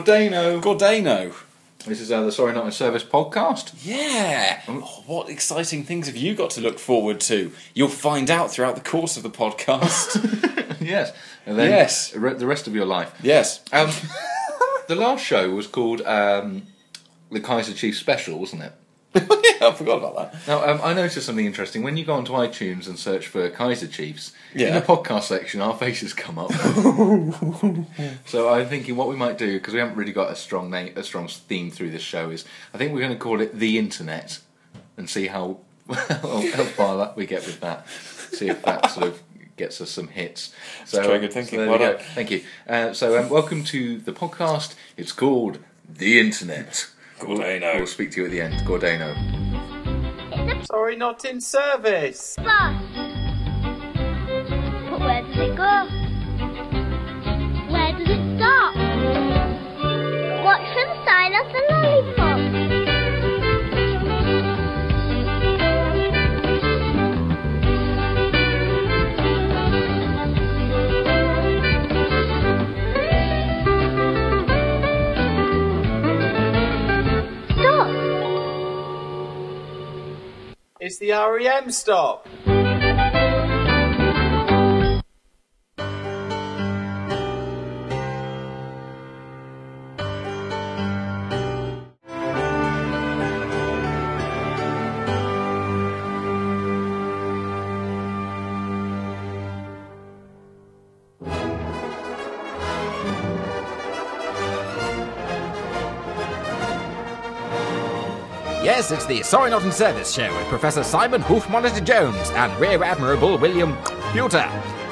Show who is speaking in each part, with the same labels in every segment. Speaker 1: Gordano.
Speaker 2: Gordano.
Speaker 1: This is uh, the Sorry Not in Service podcast.
Speaker 2: Yeah. Oh, what exciting things have you got to look forward to? You'll find out throughout the course of the podcast.
Speaker 1: yes. And then
Speaker 2: Yes.
Speaker 1: re- the rest of your life.
Speaker 2: yes.
Speaker 1: Um, the last show was called um, the Kaiser Chief Special, wasn't it?
Speaker 2: yeah, I forgot about that.
Speaker 1: Now, um, I noticed something interesting. When you go onto iTunes and search for Kaiser Chiefs, in
Speaker 2: Yeah.
Speaker 1: the podcast section, our faces come up. so I'm thinking what we might do, because we haven't really got a strong name, a strong theme through this show, is I think we're going to call it The Internet and see how, how how far that we get with that. See if that sort of gets us some hits. So, um,
Speaker 2: very good thinking.
Speaker 1: So there
Speaker 2: Well
Speaker 1: we go.
Speaker 2: done.
Speaker 1: Thank you. Uh, so um, welcome to the podcast. It's called The Internet.
Speaker 2: Gordano.
Speaker 1: We'll speak to you at the end. Gordano.
Speaker 3: Sorry, not in service.
Speaker 4: bus. But where does it go? Where does it stop? What's inside of the lollipop? Stop!
Speaker 3: It's the REM stop.
Speaker 5: Yes, it's the Sorry Not in Service show with Professor Simon Hoof Monitor Jones and Rear Admiral William Pewter.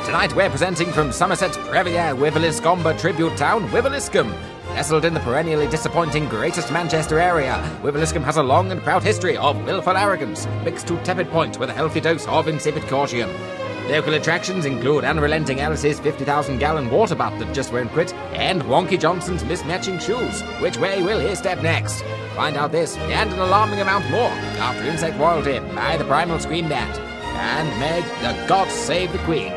Speaker 5: Tonight we're presenting from Somerset's premier Wiveliscombe tribute town, Wiveliscombe. Nestled in the perennially disappointing Greatest Manchester area, Wiveliscombe has a long and proud history of willful arrogance, mixed to tepid point with a healthy dose of insipid caution. Local attractions include unrelenting Alice's 50,000 gallon water butt that just won't quit, and Wonky Johnson's mismatching shoes. Which way will he step next? Find out this and an alarming amount more after Insect Royalty by the Primal Scream Bat and Meg, the God Save the Queen.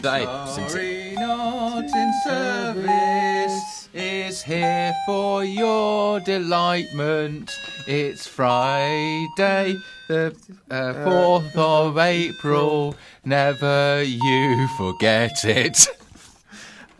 Speaker 1: Sorry Not in Service is here for your delightment. It's Friday, the uh, 4th of April. Never you forget it.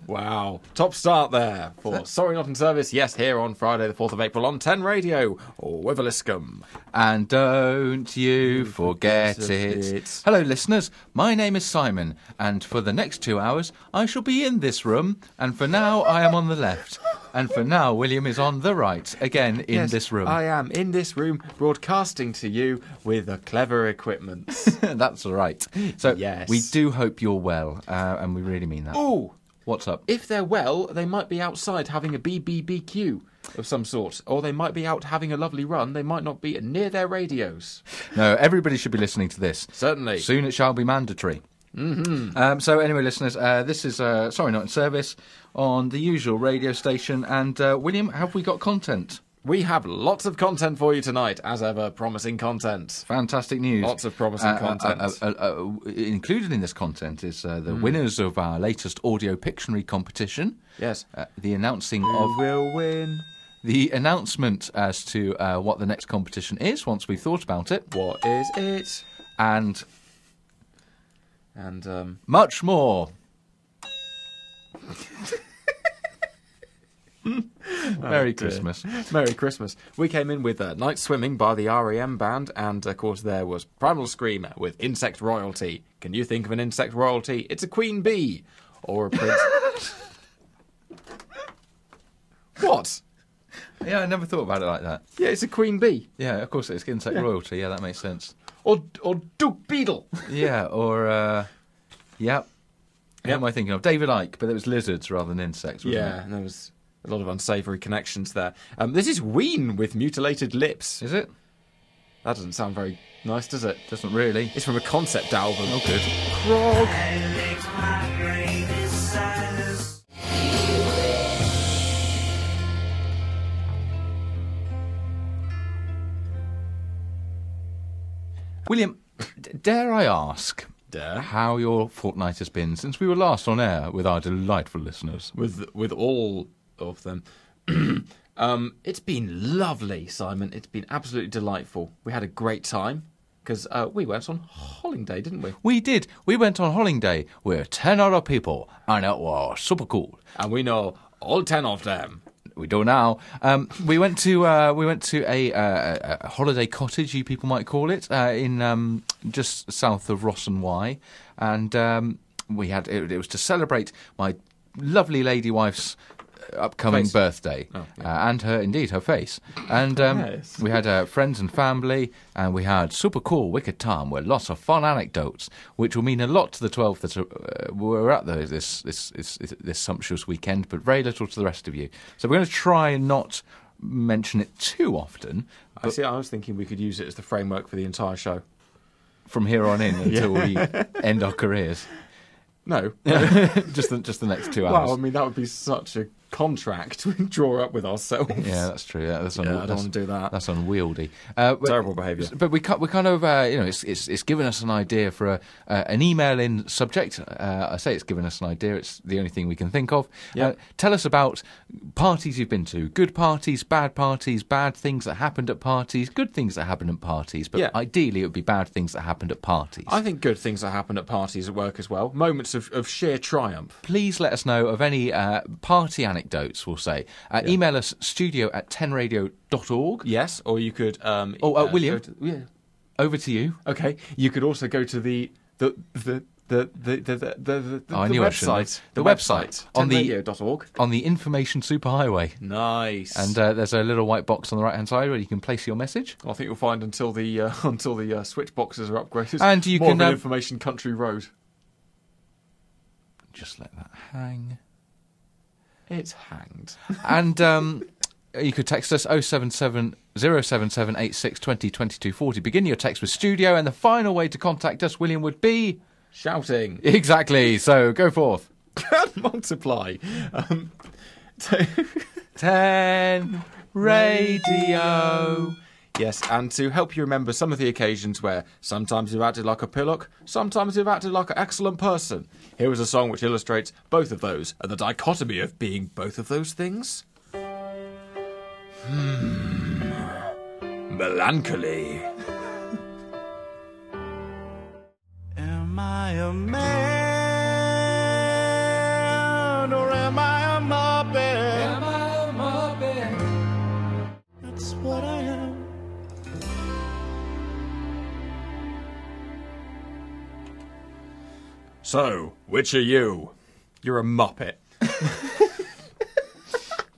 Speaker 5: Wow. Top start there for Sorry Not in Service, yes, here on Friday, the 4th of April on 10 Radio, Wiveliscombe.
Speaker 1: And don't you forget it. Hello, listeners. My name is Simon, and for the next two hours, I shall be in this room. And for now, I am on the left. And for now, William is on the right, again in
Speaker 6: Yes,
Speaker 1: this room.
Speaker 6: I am in this room broadcasting to you with the clever equipment.
Speaker 1: That's right. So
Speaker 6: Yes.
Speaker 1: we do hope you're well, uh, and we really mean that.
Speaker 6: oh,
Speaker 1: What's up?
Speaker 6: if they're well, they might be outside having a BBBQ of some sort, or they might be out having a lovely run. They might not be near their radios.
Speaker 1: No, everybody should be listening to this.
Speaker 6: Certainly.
Speaker 1: Soon it shall be mandatory. Mm-hmm. Um, so anyway, listeners, uh, this is uh, sorry, not in service on the usual radio station. And uh, William, have we got content?
Speaker 6: We have lots of content for you tonight, as ever, promising content.
Speaker 1: Fantastic news!
Speaker 6: Lots of promising
Speaker 1: Uh, uh,
Speaker 6: content. Mm.
Speaker 1: uh, uh, uh, uh, included in this content is uh, the winners of our latest audio Pictionary competition.
Speaker 6: Yes.
Speaker 1: Uh, the announcing of
Speaker 6: will win?
Speaker 1: the announcement as to uh, what the next competition is once we've thought about it,
Speaker 6: What is it?
Speaker 1: and
Speaker 6: And um,
Speaker 1: much more. Merry Christmas.
Speaker 6: Merry Christmas. We came in with uh, Night Swimming by the REM band, and of course, there was Primal Scream with Insect Royalty. Can you think of an insect royalty? It's a queen bee or a prince. what?
Speaker 1: Yeah, I never thought about it like that.
Speaker 6: Yeah, it's a queen bee
Speaker 1: Yeah, of course it's insect royalty. Yeah, that makes sense.
Speaker 6: or or Duke Beetle.
Speaker 1: Yeah, or uh, yep. What
Speaker 6: Yep.
Speaker 1: am I thinking of? David Icke, but it was lizards rather than insects. Wasn't
Speaker 6: yeah, and there was a lot of unsavoury connections there. Um, this is Ween with mutilated lips.
Speaker 1: it? is it?
Speaker 6: That doesn't sound very Nice, does it?
Speaker 5: Doesn't really.
Speaker 6: It's from a concept album.
Speaker 5: Oh, good. William, d- dare I ask
Speaker 6: Dare.
Speaker 1: how your fortnight has been since we were last on air with our delightful listeners?
Speaker 6: with with all of them. um, it's been lovely, Simon. It's been absolutely delightful. We had a great time because uh, we went on holiday, didn't we?
Speaker 1: We did. We went on holiday with 10 other people, and it was super cool.
Speaker 6: And we know all ten of them.
Speaker 1: we do now. Um, we went to uh, we went to a, uh, a holiday cottage, you people might call it, uh, in um, just south of Ross and Y, and um, we had it, it was to celebrate my lovely lady wife's uh, upcoming
Speaker 6: Face.
Speaker 1: birthday uh, and her indeed her face and um,
Speaker 6: Yes.
Speaker 1: we had uh, friends and family and we had super cool wicked time with lots of fun anecdotes which will mean a lot to the 12 that uh, we're at though this this, this this sumptuous weekend but very little to the rest of you so we're going to try and not mention it too often
Speaker 6: I see. I was thinking we could use it as the framework for the entire show.
Speaker 1: from here on in until we end our careers
Speaker 6: No.
Speaker 1: just the, just the next two hours
Speaker 6: well, I mean that would be such a contract we draw up with ourselves.
Speaker 1: Yeah, that's true. Yeah, that's un-
Speaker 6: Yeah, I don't
Speaker 1: that's-
Speaker 6: wanna do that.
Speaker 1: That's unwieldy. Uh, but-
Speaker 6: Terrible behaviour.
Speaker 1: But we ca- we kind of uh, you know it's it's it's given us an idea for a uh, an email in subject. Uh, I say it's given us an idea. It's the only thing we can think of.
Speaker 6: Yeah.
Speaker 1: Uh, tell us about parties you've been to. Good parties, bad parties, bad things that happened at parties, good things that happened at parties. But
Speaker 6: Yeah.
Speaker 1: ideally, it would be bad things that happened at parties.
Speaker 6: I think good things that happen at parties at work as well. Moments of, of sheer triumph.
Speaker 1: please let us know of any uh, party anecdotes. We'll say uh, email us studio at tenradio.org.
Speaker 6: Yes, or you could. Um,
Speaker 1: Oh, uh,
Speaker 6: go
Speaker 1: William?
Speaker 6: to- yeah.
Speaker 1: Over to you.
Speaker 6: Okay, you could also go to the the the the the the the, the,
Speaker 1: Oh, I
Speaker 6: the
Speaker 1: knew I shouldn't have.
Speaker 6: website
Speaker 1: The
Speaker 6: the
Speaker 1: website.
Speaker 6: website
Speaker 1: On
Speaker 6: on
Speaker 1: the-
Speaker 6: radio.org.
Speaker 1: on the information superhighway.
Speaker 6: Nice.
Speaker 1: And uh, there's a little white box on the right hand side where you can place your message.
Speaker 6: I think you'll find until the uh, until the uh, switch boxes are upgraded.
Speaker 1: And you
Speaker 6: More
Speaker 1: can,
Speaker 6: of an
Speaker 1: um,
Speaker 6: information country road.
Speaker 1: Just let that hang.
Speaker 6: It's hanged.
Speaker 1: And um, you could text us 077 077 86 20 22 40. Begin your text with studio, and the final way to contact us, William, would be.
Speaker 6: Shouting.
Speaker 1: Exactly, so go forth.
Speaker 6: Multiply. Um,
Speaker 1: 10 radio.
Speaker 6: Yes, and to help you remember some of the occasions where sometimes you've acted like a pillock, sometimes you've acted like an excellent person. Here is a song which illustrates both of those and the dichotomy of being both of those things. Hmm. Melancholy.
Speaker 7: Am I a man or am I a muppet? Am I a muppet? That's what I am.
Speaker 6: So, which are you? You're a muppet.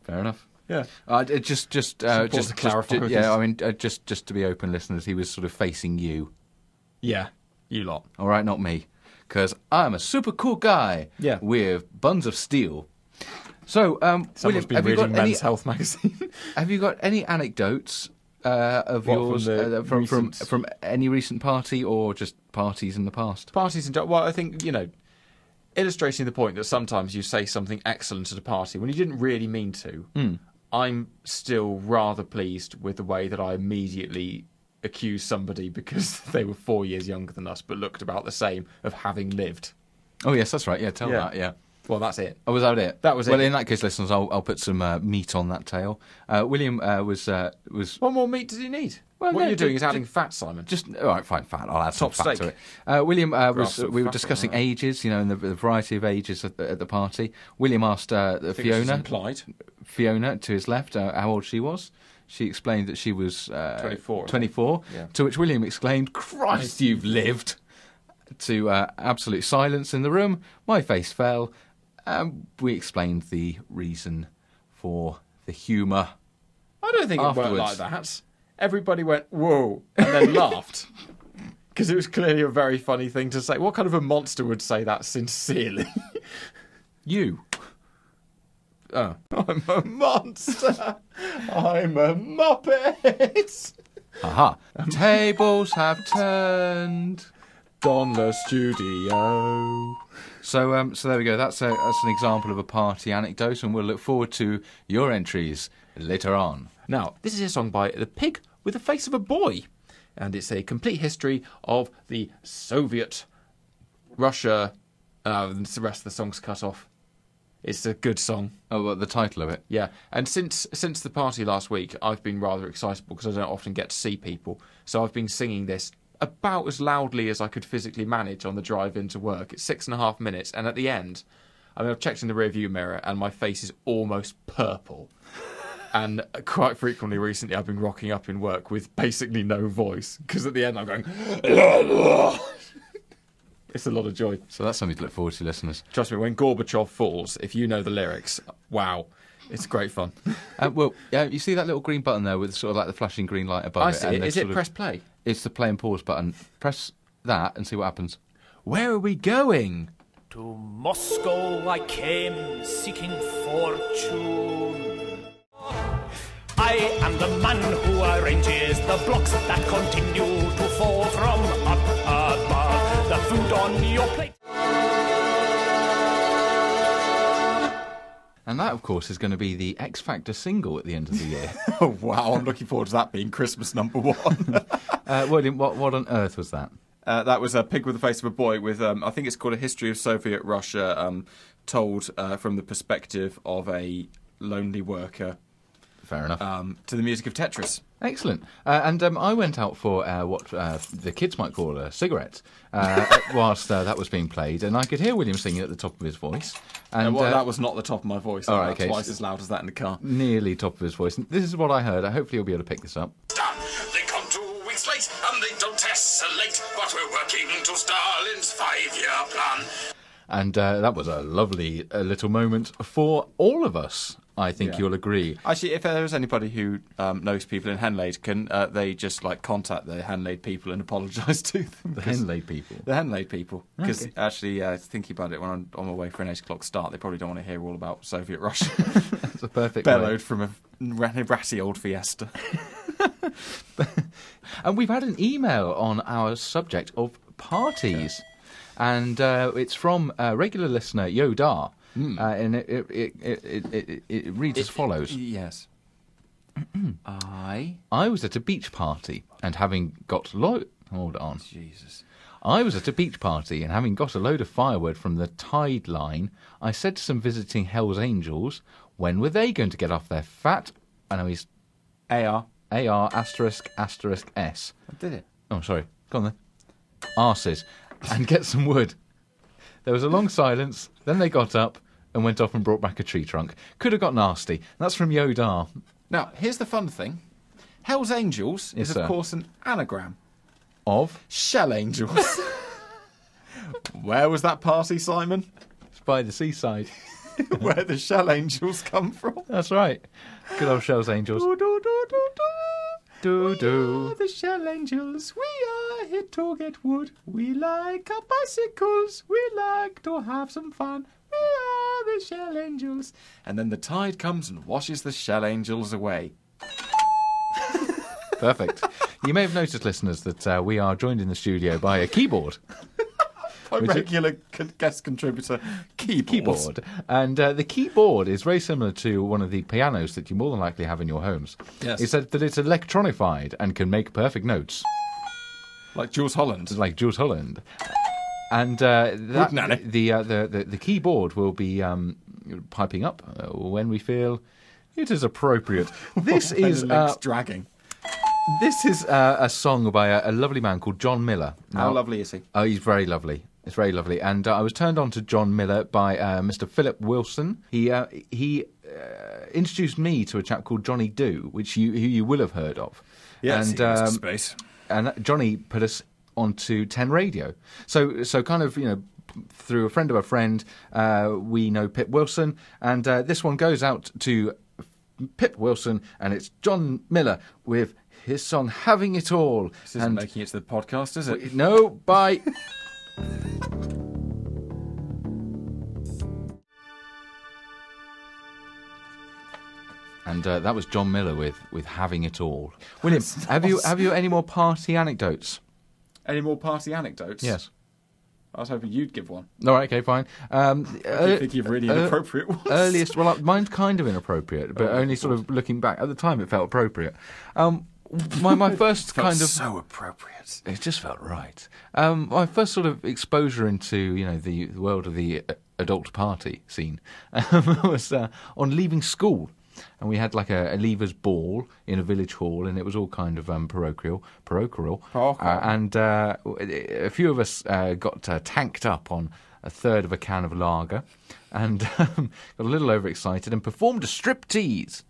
Speaker 1: Fair enough.
Speaker 6: Yeah.
Speaker 1: Uh, d- just, just, uh,
Speaker 6: Just pause
Speaker 1: just,
Speaker 6: to clarify
Speaker 1: just-
Speaker 6: what it
Speaker 1: yeah.
Speaker 6: is.
Speaker 1: I mean, uh, just, just to be open, listeners, he was sort of facing you.
Speaker 6: Yeah, you lot.
Speaker 1: All right, not me, because I'm a super cool guy.
Speaker 6: Yeah.
Speaker 1: With buns of steel. So, um, William,
Speaker 6: Someone's been
Speaker 1: have you
Speaker 6: reading
Speaker 1: got
Speaker 6: Men's
Speaker 1: any?
Speaker 6: Health magazine.
Speaker 1: Have you got any anecdotes uh, of
Speaker 6: What, from
Speaker 1: yours
Speaker 6: the
Speaker 1: uh, from, from
Speaker 6: recent-
Speaker 1: from any recent party or just parties in the past?
Speaker 6: parties and well, I think you know, illustrating the point that sometimes you say something excellent at a party when you didn't really mean to.
Speaker 1: Hmm.
Speaker 6: I'm still rather pleased with the way that I immediately accused somebody because they were four years younger than us, but looked about the same of having lived.
Speaker 1: Oh yes, that's right. Yeah, tell
Speaker 6: Yeah.
Speaker 1: that. Yeah.
Speaker 6: Well, that's it.
Speaker 1: Oh, was that it?
Speaker 6: That was
Speaker 1: Well,
Speaker 6: it.
Speaker 1: in that case, listeners, I'll, I'll put some uh, meat on that tail. Uh, William uh, was uh, was
Speaker 6: What more meat did you need?
Speaker 1: Well,
Speaker 6: what
Speaker 1: no,
Speaker 6: you're
Speaker 1: ju-
Speaker 6: doing is
Speaker 1: ju-
Speaker 6: adding fat, Simon.
Speaker 1: Just all right, fine, fine. I'll add some
Speaker 6: Top
Speaker 1: fat
Speaker 6: steak.
Speaker 1: to it. Uh, William uh, was.
Speaker 6: Grass and
Speaker 1: we were
Speaker 6: fat,
Speaker 1: discussing
Speaker 6: all right.
Speaker 1: ages, you know, and the, the variety of ages at the, at the party. William asked uh,
Speaker 6: I think this is
Speaker 1: Fiona,
Speaker 6: implied.
Speaker 1: Fiona to his left, uh, how old she was. She explained that she was uh,
Speaker 6: 24, I think.
Speaker 1: 24,
Speaker 6: Yeah.
Speaker 1: To which William exclaimed, "Christ, you've lived!" To uh, absolute silence in the room. My face fell. Um, we explained the reason for the humour.
Speaker 6: I don't think it
Speaker 1: Afterwards.
Speaker 6: worked like that. Everybody went, whoa, and then laughed. Because it was clearly a very funny thing to say. What kind of a monster would say that sincerely?
Speaker 1: You.
Speaker 6: I'm a monster! I'm a muppet!
Speaker 5: Aha.
Speaker 6: Um,
Speaker 1: Tables have turned.
Speaker 6: Donner Studio.
Speaker 1: So, um, so there we go. That's a, that's an example of a party anecdote, and we'll look forward to your entries later on.
Speaker 6: Now, this is a song by The Pig with the Face of a Boy, and it's a complete history of the Soviet Russia. Uh, the rest of the song's cut off. It's a good song.
Speaker 1: Oh, well, the title of it.
Speaker 6: Yeah, and since since the party last week, I've been rather excitable because I don't often get to see people. So I've been singing this about as loudly as I could physically manage on the drive into work. It's six and a half minutes, and at the end, I mean, I've checked in the rearview mirror, and my face is almost purple. And quite frequently recently, I've been rocking up in work with basically no voice because at the end I'm going. it's a lot of joy.
Speaker 1: So that's something to look forward to, listeners.
Speaker 6: Trust me, when Gorbachev falls, if you know the lyrics, wow, it's great fun.
Speaker 1: Uh, well, yeah, you see that little green button there with sort of like the flashing green light above
Speaker 6: I
Speaker 1: it.
Speaker 6: see.
Speaker 1: and
Speaker 6: it.
Speaker 1: the
Speaker 6: Is it
Speaker 1: sort of-
Speaker 6: press play?
Speaker 1: It's the play and pause button. Press that and see what happens.
Speaker 6: Where are we going?
Speaker 7: To Moscow I came seeking fortune. I am the man who arranges the blocks that continue to fall from up above. The food on your plate.
Speaker 1: And that, of course, is going to be the X Factor single at the end of the year.
Speaker 6: Oh wow, I'm looking forward to that being Christmas number one.
Speaker 1: uh, what, what, what on earth was that?
Speaker 6: uh, that was a pig with the face of a boy. With um, I think it's called a history of Soviet Russia, um, told uh, from the perspective of a lonely worker,
Speaker 1: Fair enough.
Speaker 6: um, to the music of Tetris.
Speaker 1: Excellent. Uh, and um, I went out for uh, what uh, the kids might call a cigarette uh, whilst uh, that was being played, and I could hear William singing at the top of his voice. And,
Speaker 6: And well,
Speaker 1: uh,
Speaker 6: that was not the top of my voice.
Speaker 1: all
Speaker 6: All
Speaker 1: right,
Speaker 6: right,
Speaker 1: okay.
Speaker 6: twice as loud as that in the car.
Speaker 1: nearly top of his voice. And this is what I heard. Uh, Hopefully, you'll be able to pick this up.
Speaker 8: done. They come two weeks late and they don't tessellate, but we're working to Stalin's five-year plan.
Speaker 1: And uh, that was a lovely uh, little moment for all of us. I think
Speaker 6: Yeah.
Speaker 1: you'll agree.
Speaker 6: Actually, if there is anybody who um, knows people in Henlade, can uh, they just like contact the Henlade people and apologise to them?
Speaker 1: The Henley people.
Speaker 6: The Henlade people, because actually, uh, thinking about it, when I'm on my way for an eight o'clock start, they probably don't want to hear all about Soviet Russia
Speaker 1: That's a perfect way.
Speaker 6: bellowed from a ratty old Fiesta.
Speaker 1: And we've had an email on our subject of parties. And uh, it's from uh, regular listener Yodar. Uh, and it, it, it, it, it, it, it reads as follows
Speaker 6: Yes, I
Speaker 1: I was at a beach party and having got lo Hold on.
Speaker 6: Jesus.
Speaker 1: I was at a beach party and having got a load of firewood from the tide line, I said to some visiting Hell's Angels, when were they going to get off their fat? I know he's
Speaker 6: Ar
Speaker 1: AR asterisk asterisk S.
Speaker 6: did it.
Speaker 1: Oh, sorry. Go on then. Arses. And get some wood. There was a long silence, then they got up and went off and brought back a tree trunk. Could have got nasty. That's from Yodar.
Speaker 6: Now here's the fun thing: Hell's Angels
Speaker 1: Yes,
Speaker 6: is
Speaker 1: sir.
Speaker 6: of course an anagram.
Speaker 1: Of?
Speaker 6: Shell Angels. Where was that party, Simon?
Speaker 1: By the seaside.
Speaker 6: Where the Shell Angels come from?
Speaker 1: That's right. Good old Shell's Angels.
Speaker 6: Do, do, do, do, do.
Speaker 1: Do
Speaker 6: We are
Speaker 1: do.
Speaker 6: the shell angels. We are here to get wood. We like our bicycles. We like to have some fun. We are the shell angels. And then the tide comes and washes the shell angels away.
Speaker 1: Perfect. You may have noticed, listeners, that uh, we are joined in the studio by a keyboard.
Speaker 6: By
Speaker 1: Would you-
Speaker 6: regular con- guest contributor, keyboard.
Speaker 1: Keyboard. And uh, the keyboard is very similar to one of the pianos that you more than likely have in your homes.
Speaker 6: Yes.
Speaker 1: It said that it's electronified and can make perfect notes.
Speaker 6: Like Jules Holland.
Speaker 1: like Jules Holland. And uh, that,
Speaker 6: nanny.
Speaker 1: the, uh, the the the keyboard will be um, piping up uh, when we feel it is appropriate. This
Speaker 6: By the
Speaker 1: is
Speaker 6: legs
Speaker 1: uh,
Speaker 6: dragging.
Speaker 1: this is uh, a song by a, a lovely man called John Miller.
Speaker 6: How
Speaker 1: Now-
Speaker 6: lovely is he?
Speaker 1: Oh, he's very lovely. It's very lovely. And uh, I was turned on to John Miller by uh, Mr. Philip Wilson. He uh, he uh, introduced me to a chap called Johnny Do, which you who you will have heard of. and um,
Speaker 6: space.
Speaker 1: and Johnny put us onto Ten Radio. So so kind of you know through a friend of a friend, uh, we know Pip Wilson, and uh, this one goes out to Pip Wilson, and it's John Miller with his song "Having It All."
Speaker 6: This isn't
Speaker 1: and
Speaker 6: making it to the podcast, is it?
Speaker 1: no, bye. and And uh, that was John Miller with with having it all. William, have you have you any more party anecdotes?
Speaker 6: Any more party anecdotes?
Speaker 1: Yes.
Speaker 6: I was hoping you'd give one.
Speaker 1: All right. Okay. Fine. Um,
Speaker 6: Do you
Speaker 1: uh,
Speaker 6: think you've really
Speaker 1: uh,
Speaker 6: inappropriate ones? Oh,
Speaker 1: earliest. Well, uh, mine's kind of inappropriate, but only sort of looking back at the time, it felt appropriate. Um, my my first kind of
Speaker 6: so appropriate.
Speaker 1: it just felt right. Um, my first sort of exposure into you know the the world of the uh, adult party scene um, was uh, on leaving school, and we had like a, a leavers ball in a village hall, and it was all kind of um, parochial, parochial,
Speaker 6: Parochial.
Speaker 1: Uh, and uh, a few of us uh, got uh, tanked up on a third of a can of lager. And um, got a little overexcited and performed a striptease.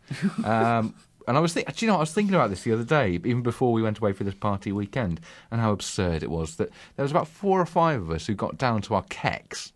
Speaker 1: Um, and I was thinking, you know, I was thinking about this the other day, even before we went away for this party weekend, and how absurd it was that there was about four or five of us who got down to our kecks,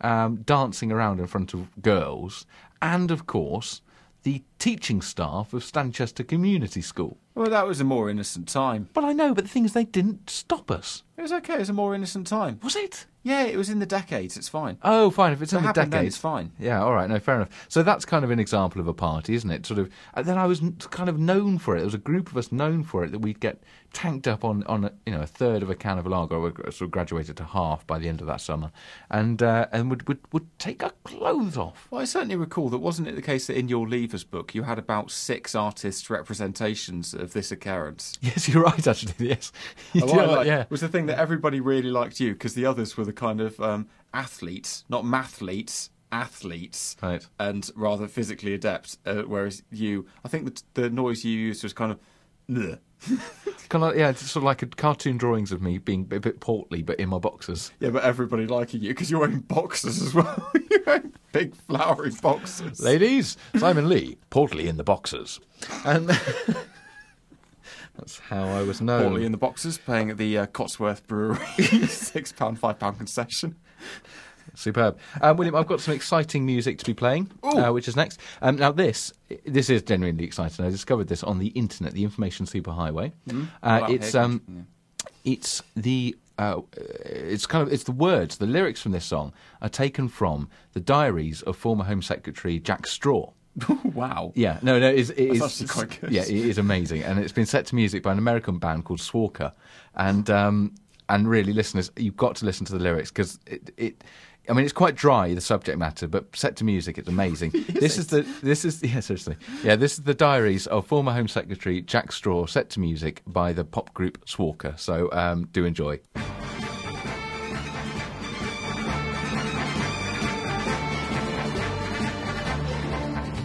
Speaker 1: um, dancing around in front of girls, and of course, the teaching staff of Stanchester Community School.
Speaker 6: Well, that was a more innocent time.
Speaker 1: Well, I know, but the thing is, they didn't stop us.
Speaker 6: It was okay. It was a more innocent time.
Speaker 1: Was it?
Speaker 6: Yeah, it was in the decades. It's fine.
Speaker 1: Oh, fine. If it's
Speaker 6: That
Speaker 1: in the
Speaker 6: happened then,
Speaker 1: decade,
Speaker 6: it's fine.
Speaker 1: Yeah, all right. No, fair enough. So that's kind of an example of a party, isn't it? Sort of. And then I was n- kind of known for it. There was a group of us known for it that we'd get tanked up on on a, you know a third of a can of lager. We sort of graduated to half by the end of that summer, and uh, and would would would take our clothes off.
Speaker 6: Well, I certainly recall that wasn't it the case that in your Levers book you had about six artists' representations of this occurrence?
Speaker 1: Yes, you're right. Actually, yes. You
Speaker 6: Oh,
Speaker 1: do
Speaker 6: I
Speaker 1: have it,
Speaker 6: like-
Speaker 1: yeah.
Speaker 6: Was the thing that everybody really liked you because the others were the kind of um, athletes, not mathletes, athletes,
Speaker 1: Right.
Speaker 6: and rather physically adept. Uh, whereas you, I think the, the noise you used was kind of. "Bleh."
Speaker 1: Kind of, yeah, it's sort of like a cartoon drawings of me being a bit portly, but in my boxers.
Speaker 6: Yeah, but everybody liking you because you're wearing boxes as well. you're wearing big flowery boxes.
Speaker 1: Ladies, Simon Lee, portly in the boxers. And that's how I was known.
Speaker 6: Poorly in the boxes, playing at the uh, Cotsworth Brewery, six pound, five pound concession.
Speaker 1: Superb. Um, William, I've got some exciting music to be playing, uh, which is next. Um, now, this this is genuinely exciting. I discovered this on the internet, the information superhighway. Uh,
Speaker 6: Mm-hmm. Well,
Speaker 1: it's
Speaker 6: here
Speaker 1: um, it's the uh, it's kind of it's the words, the lyrics from this song are taken from the diaries of former Home Secretary Jack Straw.
Speaker 6: wow.
Speaker 1: Yeah, no, no, it's, it is
Speaker 6: That's actually quite good.
Speaker 1: Yeah, it is amazing, and it's been set to music by an American band called Swarker, and um, and really, listeners, you've got to listen to the lyrics because it, it, I mean, it's quite dry the subject matter, but set to music, it's amazing. this is the this is yeah, seriously, yeah, this is the diaries of former Home Secretary Jack Straw, set to music by the pop group Swarker. So um, do enjoy.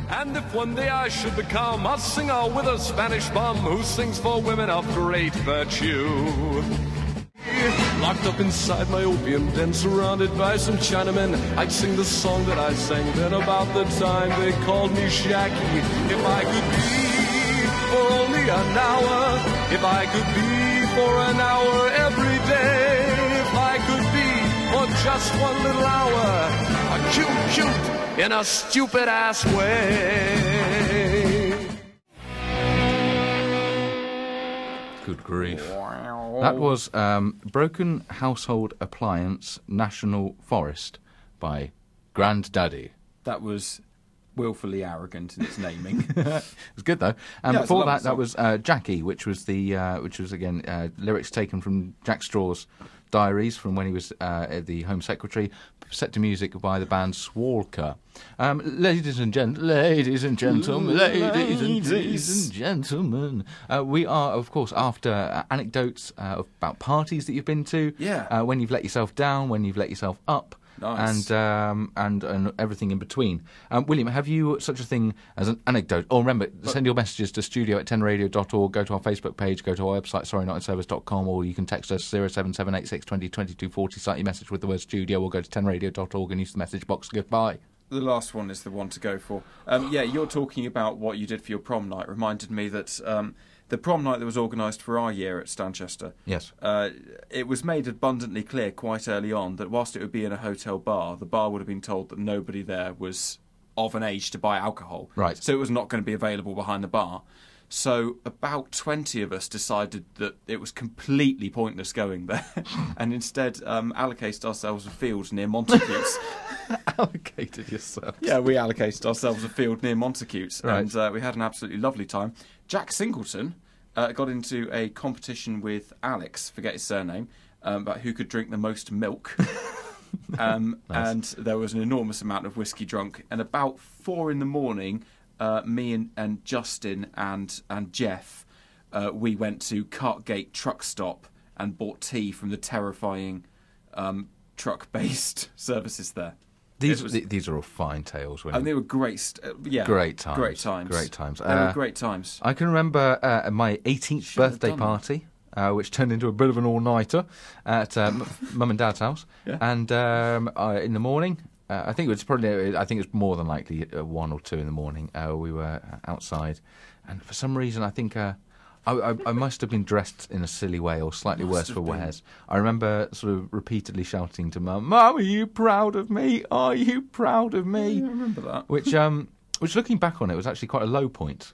Speaker 9: And if one day I should become a singer with a Spanish bum who sings for women of great virtue. Locked up inside my opium den, surrounded by some Chinamen, I'd sing the song that I sang then about the time they called me Shaggy. If I could be for only an hour, if I could be for an hour every day, if I could be for just one little hour, a cute, cute in a stupid ass way.
Speaker 1: Good grief. That was um, Broken Household Appliance National Forest by Granddaddy.
Speaker 6: That was willfully arrogant in its naming.
Speaker 1: It was good though. And
Speaker 6: Yeah, it's a
Speaker 1: before
Speaker 6: lovely
Speaker 1: that, that
Speaker 6: song.
Speaker 1: was uh, Jackie, which was the uh, which was again uh, lyrics taken from Jack Straw's diaries from when he was uh, the Home Secretary, set to music by the band Swalker. Um, ladies and gent, ladies and gentlemen, ladies and, ladies and gentlemen, uh, we are of course after uh, anecdotes uh, about parties that you've been to,
Speaker 6: Yeah.
Speaker 1: uh, when you've let yourself down, when you've let yourself up.
Speaker 6: Nice.
Speaker 1: And um, and and everything in between. Um, William, have you such a thing as an anecdote? Or remember, send your messages to studio at tenradio.org, go to our Facebook page, go to our website, sorry, not in service.com, or you can text us 07786202240, cite your message with the word studio, or go to tenradio.org and use the message box. Goodbye.
Speaker 6: the last one is the one to go for. Um, yeah, you're talking about what you did for your prom night. Reminded me that um, the prom night that was organised for our year at Stanchester.
Speaker 1: Yes.
Speaker 6: Uh, it was made abundantly clear quite early on that whilst it would be in a hotel bar, the bar would have been told that nobody there was of an age to buy alcohol.
Speaker 1: Right.
Speaker 6: So it was not going to be available behind the bar. So about 20 of us decided that it was completely pointless going there and instead um, allocated ourselves a field near Montague's. allocated yourself.
Speaker 2: Yeah, we allocated ourselves a field near Montacute, and uh, we had an absolutely lovely time. Jack Singleton uh, got into a competition with Alex, forget his surname, um, about who could drink the most milk. um, And there was an enormous amount of whiskey drunk. And about four in the morning, uh, me and, and Justin and and Jeff, uh, we went to Cartgate truck stop and bought tea from the terrifying um, truck-based services there.
Speaker 1: These
Speaker 2: It was-
Speaker 1: th- these are all fine tales. When
Speaker 2: and they were great. St- uh, yeah,
Speaker 1: Great times.
Speaker 2: Great times.
Speaker 1: Great times.
Speaker 2: They
Speaker 1: Uh,
Speaker 2: were great times.
Speaker 1: I can remember uh, at my 18th
Speaker 2: have
Speaker 1: birthday
Speaker 2: done that.
Speaker 1: party, uh, which turned into a bit of an all-nighter at um, mum and dad's house.
Speaker 2: Yeah.
Speaker 1: And um, I, in the morning, uh, I think it was probably, I think it was more than likely uh, one or two in the morning. Uh, we were outside, and for some reason, I think. Uh, I, I, I must have been dressed in a silly way, or slightly worse for wears. I remember sort of repeatedly shouting to Mum, "Mum, are you proud of me? Are you proud of me?"
Speaker 2: I remember that.
Speaker 1: which um which looking back on it was actually quite a low point.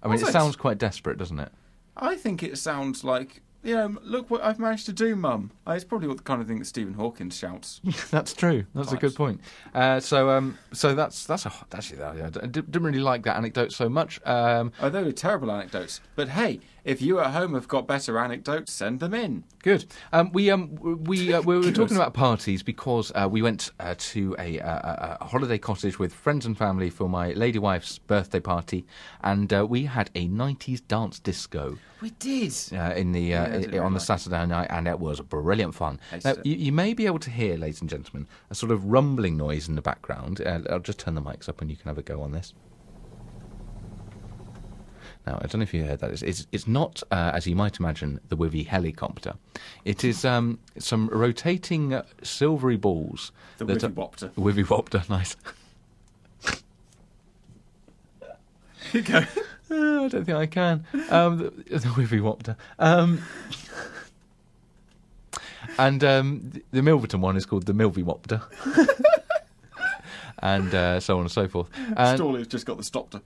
Speaker 1: I mean,
Speaker 2: Was
Speaker 1: it,
Speaker 2: it?
Speaker 1: sounds quite desperate, doesn't it?
Speaker 2: I think it sounds like, you know, look what I've managed to do, Mum. Uh, It's probably what the kind of thing that Stephen Hawking shouts.
Speaker 1: that's true. That's a good
Speaker 2: Perhaps.
Speaker 1: point. Uh, so um so that's that's a, actually I d- I didn't really like that anecdote so much. Um,
Speaker 2: Oh, they were terrible anecdotes. But hey, if you at home have got better anecdotes, send them in.
Speaker 1: Good. Um, we um, w- we uh, we were talking about parties because uh, we went uh, to a, uh, a, a holiday cottage with friends and family for my lady wife's birthday party, and uh, we had a '90s dance disco.
Speaker 2: We did.
Speaker 1: uh, in the uh,
Speaker 2: Yeah, I didn't
Speaker 1: i- on the
Speaker 2: really like it. uh,
Speaker 1: Saturday night, and it was brilliant fun.
Speaker 2: Hated
Speaker 1: Now,
Speaker 2: it.
Speaker 1: you, you may be able to hear, ladies and gentlemen, a sort of rumbling noise in the background. Uh, I'll just turn the mics up, and you can have a go on this. Now, I don't know if you heard that. It's, it's, it's not, uh, as you might imagine, the Wivy helicopter. It is um, some rotating uh, silvery balls.
Speaker 2: The
Speaker 1: that are-
Speaker 2: Wivvywopter.
Speaker 1: Wivvy Wopter, nice.
Speaker 2: Here you go.
Speaker 1: Uh, I don't think I can. Um, the, the Wivvy Wopter. Um, and um, th- the Milverton one is called the Milvy Wopter. and uh, so on and so forth. And
Speaker 2: Storley has just got the stopper.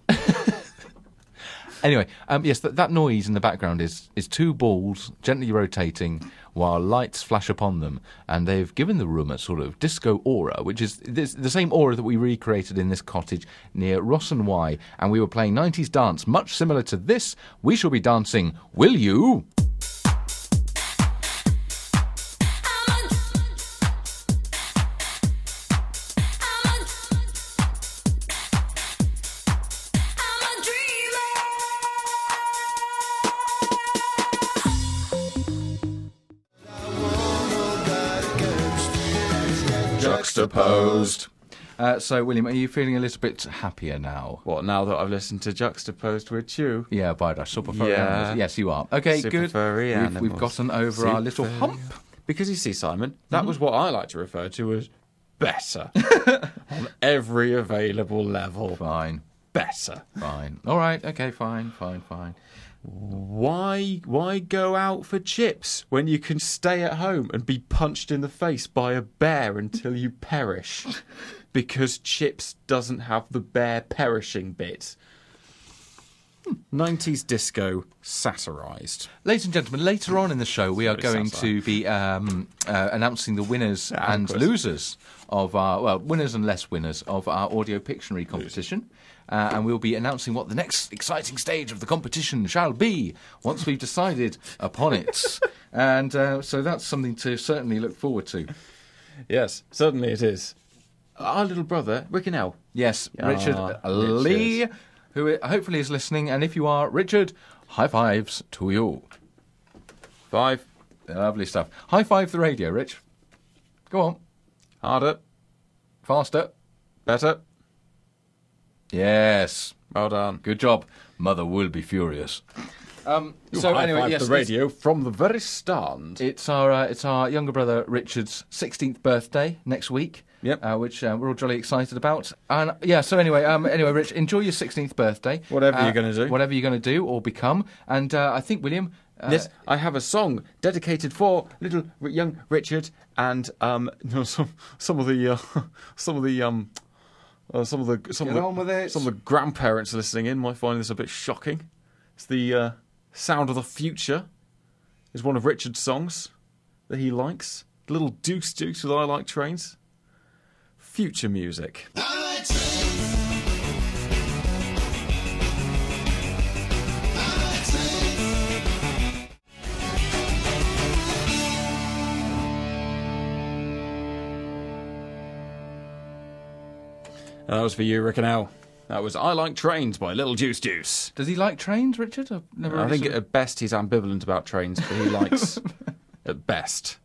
Speaker 1: anyway, um, yes, that, that noise in the background is, is two balls gently rotating while lights flash upon them, and they've given the room a sort of disco aura, which is this, the same aura that we recreated in this cottage near Ross and Y, and we were playing 90s dance, much similar to this. We shall be dancing, will you?
Speaker 2: Juxtaposed.
Speaker 1: Uh, so, William, are you feeling a little bit happier now?
Speaker 6: What now that I've listened to juxtaposed with you?
Speaker 1: Yeah, by the super furry
Speaker 6: Yeah.
Speaker 1: animals. Yes, you are. Okay,
Speaker 6: Super
Speaker 1: good.
Speaker 6: furry
Speaker 1: we've, we've
Speaker 6: animals.
Speaker 1: gotten over our
Speaker 6: Super
Speaker 1: little hump.
Speaker 6: Because you see, Simon, that
Speaker 2: Mm-hmm.
Speaker 6: was what I like to refer to as better on every available level.
Speaker 1: Fine,
Speaker 6: Better.
Speaker 1: fine. All right, okay, fine, fine, fine.
Speaker 6: Why? Why go out for chips when you can stay at home and be punched in the face by a bear until you perish? because chips doesn't have the bear perishing bit. 90s disco satirized.
Speaker 1: Ladies and gentlemen, later on in the show, we are
Speaker 6: Very
Speaker 1: going
Speaker 6: satire.
Speaker 1: to be um, uh, announcing the winners and
Speaker 6: course.
Speaker 1: losers of our, well, winners and less winners of our audio Pictionary competition. Uh, and we'll be announcing what the next exciting stage of the competition shall be once we've decided upon it. and uh, so that's something to certainly look forward to.
Speaker 6: Yes, certainly it is. Our little brother, Rickinell.
Speaker 1: Yes,
Speaker 6: Ah,
Speaker 1: Richard Lee, who i- hopefully is listening. And if you are, Richard, high fives to you.
Speaker 6: Five.
Speaker 1: Lovely stuff. High five the radio, Rich. Go on.
Speaker 6: Harder.
Speaker 1: Faster.
Speaker 6: Better.
Speaker 1: Yes.
Speaker 6: Well done.
Speaker 1: Good job. Mother will be furious. Um, so
Speaker 6: High
Speaker 1: anyway,
Speaker 6: five
Speaker 1: yes,
Speaker 6: the radio from the very
Speaker 1: It's,
Speaker 6: stand.
Speaker 1: it's our uh, it's our younger brother Richard's 16th birthday next week.
Speaker 6: Yep.
Speaker 1: Uh, which uh, we're all jolly excited about. And yeah, so anyway, um, anyway, Rich, enjoy your 16th birthday. Uh,
Speaker 6: Whatever you're gonna do.
Speaker 1: Whatever you're going to do or become. And uh, I think William. Uh,
Speaker 6: yes, I have a song dedicated for little r- young Richard and um no, some some of the uh, some of the um uh, some of the some
Speaker 1: Get
Speaker 6: of the,
Speaker 1: on with it.
Speaker 6: some of the grandparents listening in might find this a bit shocking. It's the uh, sound of the future is one of Richard's songs that he likes. Little Deuce Deuce with I Like Trains.
Speaker 2: future music.
Speaker 6: And that was for you, Rick and Al. That was I Like Trains by Little Juice Juice.
Speaker 1: Does he like trains, Richard? I've never
Speaker 6: I
Speaker 1: really
Speaker 6: think
Speaker 1: seen-
Speaker 6: at best he's ambivalent about trains, but he likes at best.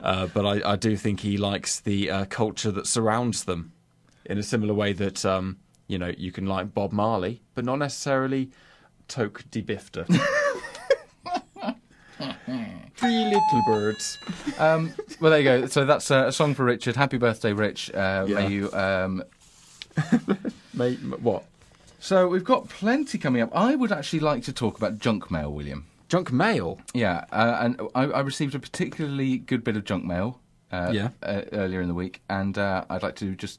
Speaker 6: Uh, but I, I do think he likes the uh, culture that surrounds them, in a similar way that um, you know you can like Bob Marley, but not necessarily Toke de Bifter. Three little birds.
Speaker 1: Um, well, there you go. So that's uh, a song for Richard. Happy birthday, Rich. Uh, May you. Um...
Speaker 6: Mate, m- what?
Speaker 1: So we've got plenty coming up. I would actually like to talk about junk mail, William.
Speaker 6: Junk mail.
Speaker 1: Yeah, uh, and I, I received a particularly good bit of junk mail. Uh,
Speaker 6: Yeah.
Speaker 1: Uh, earlier in the week, and uh, I'd like to just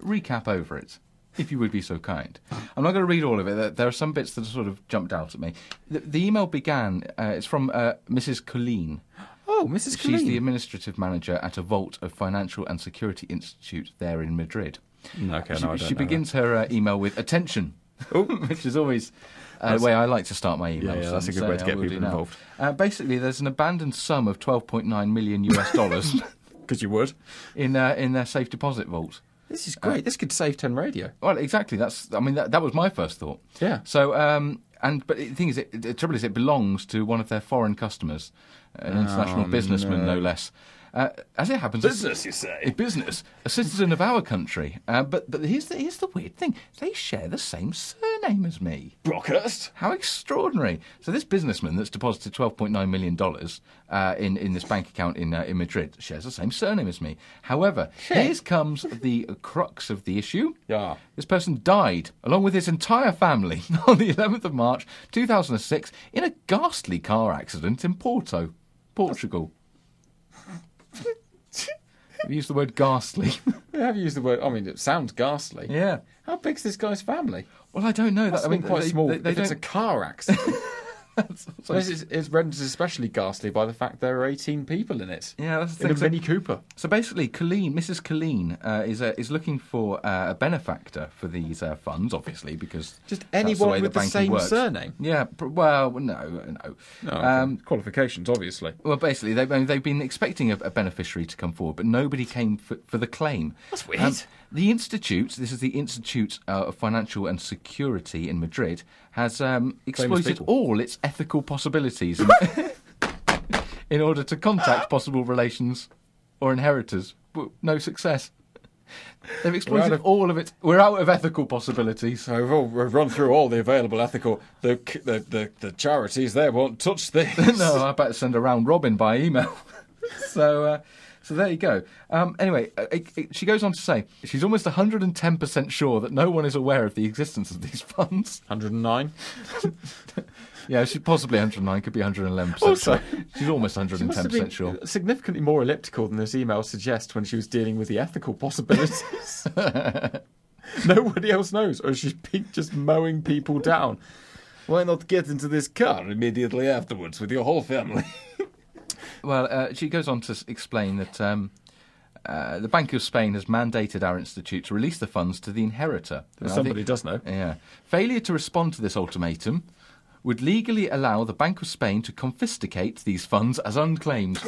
Speaker 1: recap over it, if you would be so kind. I'm not going to read all of it. There- There are some bits that sort of jumped out at me. The, the email began. Uh, it's from uh, Mrs. Colleen.
Speaker 6: Oh, Mrs.
Speaker 1: She's the
Speaker 6: Colleen.
Speaker 1: administrative manager at a vault of Financial and Security Institute there in Madrid.
Speaker 6: No, okay,
Speaker 1: she,
Speaker 6: no, Oh, I don't
Speaker 1: she
Speaker 6: know
Speaker 1: begins her uh, email with attention, which is always uh, the way I like to start my emails.
Speaker 6: Yeah, yeah, that's
Speaker 1: and
Speaker 6: a good
Speaker 1: certainly
Speaker 6: way to
Speaker 1: I
Speaker 6: get
Speaker 1: will do
Speaker 6: people
Speaker 1: now.
Speaker 6: involved.
Speaker 1: Uh, basically, there's an abandoned sum of 12.9 million US dollars
Speaker 6: Because you would.
Speaker 1: in uh, in their safe deposit vault.
Speaker 6: This is great. this could save ten radio.
Speaker 1: Well, exactly. That's. I mean, that, that was my first thought.
Speaker 6: Yeah.
Speaker 1: So, um, and but the thing is, it, the trouble is, it belongs to one of their foreign customers, an international businessman, no, less. Uh, as it happens, business, you say, a business, a citizen of our country. Uh, but but here's the here's the weird thing: they share the same surname as me.
Speaker 6: Brockhurst.
Speaker 1: How extraordinary! So this businessman that's deposited twelve point nine million dollars uh, in in this bank account in uh, in Madrid shares the same surname as me. However, here comes the crux of the issue.
Speaker 6: Yeah.
Speaker 1: This person died along with his entire family on the 11th of March 2006 in a ghastly car accident in Porto, Portugal. Use the word ghastly.
Speaker 6: They have used the word. I mean, it sounds ghastly.
Speaker 1: Yeah.
Speaker 6: How big's this guy's family?
Speaker 1: Well, I don't know.
Speaker 6: That's
Speaker 1: that, I mean,
Speaker 6: quite
Speaker 1: they,
Speaker 6: small.
Speaker 1: They, they
Speaker 6: if it's a
Speaker 1: don't-
Speaker 6: car accident. so this is, it's rendered especially ghastly by the fact there are 18 people in it.
Speaker 1: yeah, that's the
Speaker 6: In
Speaker 1: thing.
Speaker 6: a
Speaker 1: So-
Speaker 6: Mini Cooper.
Speaker 1: So basically, Colleen, Mrs. Colleen, uh, is uh, is looking for uh, a benefactor for these uh, funds, obviously, because
Speaker 6: Just
Speaker 1: that's
Speaker 6: anyone
Speaker 1: the way
Speaker 6: with
Speaker 1: that
Speaker 6: the
Speaker 1: banking
Speaker 6: same
Speaker 1: works.
Speaker 6: surname?
Speaker 1: Yeah. pr- Well, no, no. um,
Speaker 6: qualifications, obviously.
Speaker 1: well, basically, they've, I mean, they've been expecting a, a beneficiary to come forward, but nobody came for, for the claim. That's weird. the Institute, this is the Institute uh, of Financial and Security in Madrid, has um, exploited
Speaker 6: people.
Speaker 1: all its ethical possibilities in, in order to contact possible relations or inheritors. but No success. They've exploited
Speaker 6: of-
Speaker 1: all of it. We're out of ethical possibilities.
Speaker 6: So we've, all, we've run through all the available ethical. The c- the the, the charities there won't touch this.
Speaker 1: no, I better send a round robin by email. so, uh, so there you go. Um, anyway, uh, it, it, she goes on to say she's almost 110% sure that no one is aware of the existence of these funds.
Speaker 6: 109.
Speaker 1: Yeah, she possibly 109, could be 111%.
Speaker 6: Also-
Speaker 1: sure. she's almost
Speaker 6: uh,
Speaker 1: 110% sure.
Speaker 6: significantly more elliptical than this email suggests when she was dealing with the ethical possibilities. Nobody else knows, or she's been just mowing people down. Why not get into this car immediately afterwards with your whole family?
Speaker 1: Well, uh, she goes on to s- explain that um, uh, the Bank of Spain has mandated our institute to release the funds to the inheritor. And I
Speaker 6: somebody does know.
Speaker 1: Yeah. Failure to respond to this ultimatum would legally allow the Bank of Spain to confiscate these funds as unclaimed.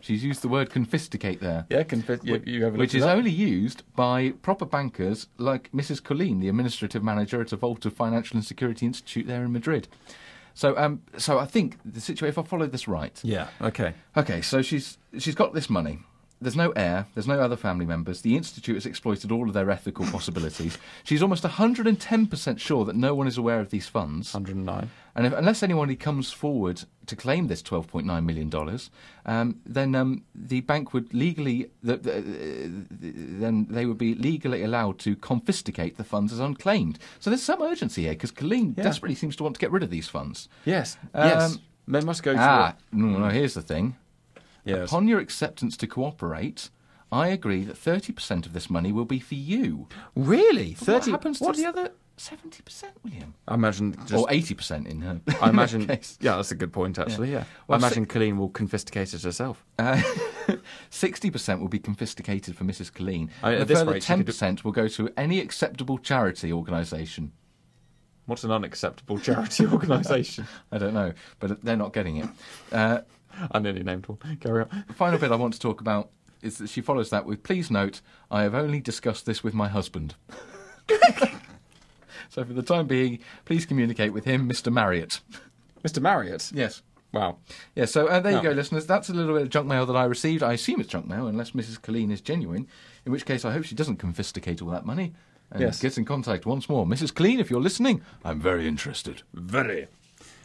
Speaker 1: She's used the word confiscate there.
Speaker 6: Yeah, confess, you, you have a
Speaker 1: Which is only used by proper bankers like Mrs. Colleen, the administrative manager at a vault of Financial and Security Institute there in Madrid. So, um, so I think the situation, if I follow this right,
Speaker 6: Yeah, okay.
Speaker 1: Okay, so she's she's got this money. There's no heir. There's no other family members. The institute has exploited all of their ethical possibilities. She's almost 110% sure that no one is aware of these funds.
Speaker 6: 109.
Speaker 1: And if, unless anybody comes forward to claim this $12.9 million, um, then um, the bank would legally, the, the, uh, then they would be legally allowed to confiscate the funds as unclaimed. So there's some urgency here because Colleen desperately seems to want to get rid of these funds.
Speaker 6: Yes,
Speaker 1: Um,
Speaker 6: yes. They must go to
Speaker 1: Ah, no, no, here's the thing.
Speaker 6: Yes.
Speaker 1: Upon your acceptance to cooperate, I agree that 30% of this money will be for you.
Speaker 6: Really?
Speaker 1: But
Speaker 6: 30?
Speaker 1: What happens to
Speaker 6: What's-
Speaker 1: the other 70%, William?
Speaker 6: I imagine. Just,
Speaker 1: or 80% in her.
Speaker 6: I imagine.
Speaker 1: case.
Speaker 6: Yeah, that's a good point, actually, yeah.
Speaker 1: Well,
Speaker 6: I
Speaker 1: so-
Speaker 6: imagine Colleen will confiscate it herself.
Speaker 1: Uh, 60% will be confiscated for Mrs. Colleen.
Speaker 6: I mean,
Speaker 1: and
Speaker 6: at
Speaker 1: a
Speaker 6: this
Speaker 1: further
Speaker 6: rate, she could do-
Speaker 1: 10% will go to any acceptable charity organisation.
Speaker 6: What's an unacceptable charity organisation?
Speaker 1: I don't know, but they're not getting it. Uh,
Speaker 6: I nearly named one. Carry on.
Speaker 1: the final bit I want to talk about is that she follows that with, please note, I have only discussed this with my husband. so for the time being, please communicate with him, Mr. Marriott.
Speaker 6: Mr. Marriott.
Speaker 1: Yes.
Speaker 6: Wow.
Speaker 1: Yeah, so uh, there you
Speaker 6: Oh.
Speaker 1: go, listeners. That's a little bit of junk mail that I received. I assume it's junk mail, unless Mrs. Colleen is genuine, in which case I hope she doesn't confiscate all that money and
Speaker 6: Yes.
Speaker 1: gets in contact once more. Mrs. Colleen, if you're listening, I'm very interested.
Speaker 6: Very.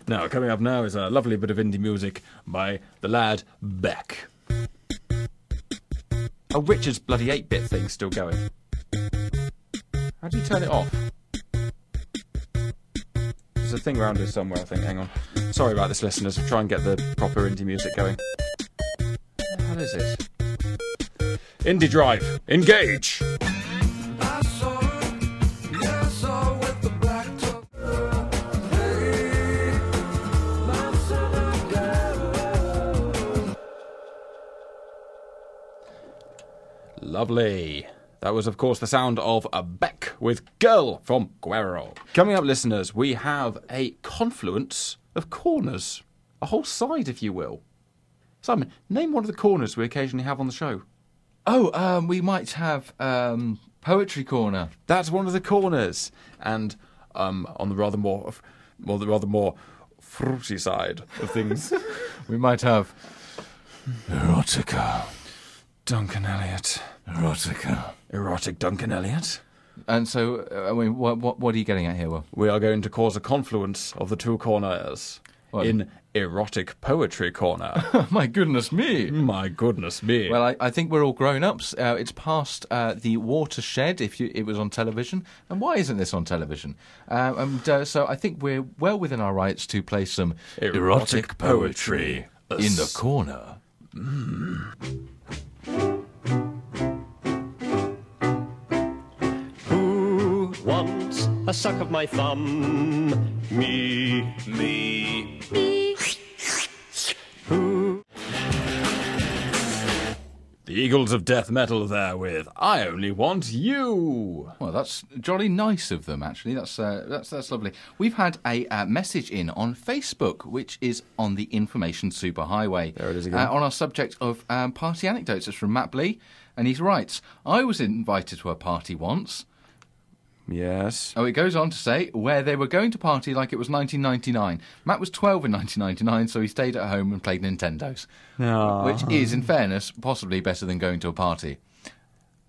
Speaker 6: Now, coming up now is a lovely bit of indie music by the lad Beck. Oh, Richard's bloody 8 bit thing's still going. How do you turn it off? There's a thing around here somewhere, I think. Hang on. Sorry about this, listeners. I'll try and get the proper indie music going. What the hell is it? Indie Drive. Engage! Lovely. That was, of course, the sound of a Beck with Girl from Guerrero. Coming up, listeners, we have a confluence of corners. A whole side, if you will. Simon, name one of the corners we occasionally have on the show.
Speaker 1: Oh, um, we might have um, Poetry Corner.
Speaker 6: That's one of the corners. And um, on the rather more, well, the rather more fruity side of things,
Speaker 1: We might have Erotica.
Speaker 6: Duncan Elliot.
Speaker 1: Erotica.
Speaker 6: Erotic Duncan Elliot.
Speaker 1: And so, uh, I mean, what, what, what are you getting at here, Will?
Speaker 6: we are going to cause a confluence of the two corners
Speaker 1: What?
Speaker 6: in erotic poetry corner.
Speaker 1: My goodness me!
Speaker 6: My goodness me.
Speaker 1: Well, I, I think we're all grown ups. Uh, it's past uh, the watershed if you, it was on television. And why isn't this on television? Uh, and uh, so I think we're well within our rights to play some
Speaker 6: Erotic
Speaker 1: erotic,
Speaker 6: poetry.
Speaker 1: poetry in the corner.
Speaker 7: Who wants a suck of my thumb? Me. Me.
Speaker 6: the Eagles of Death Metal there with I Only Want You.
Speaker 1: Well, that's jolly nice of them, actually. That's uh, that's that's lovely. We've had a uh, message in on Facebook, which is on the information superhighway. There it is again. Uh, on our subject of um, party anecdotes, it's from Matt Blee, and he writes, "I was invited to a party once."
Speaker 6: Yes.
Speaker 1: Oh, it goes on to say where they were going to party like it was 1999. Matt was 12 in 1999, so he stayed at home and played Nintendos, which is, in fairness, possibly better than going to a party.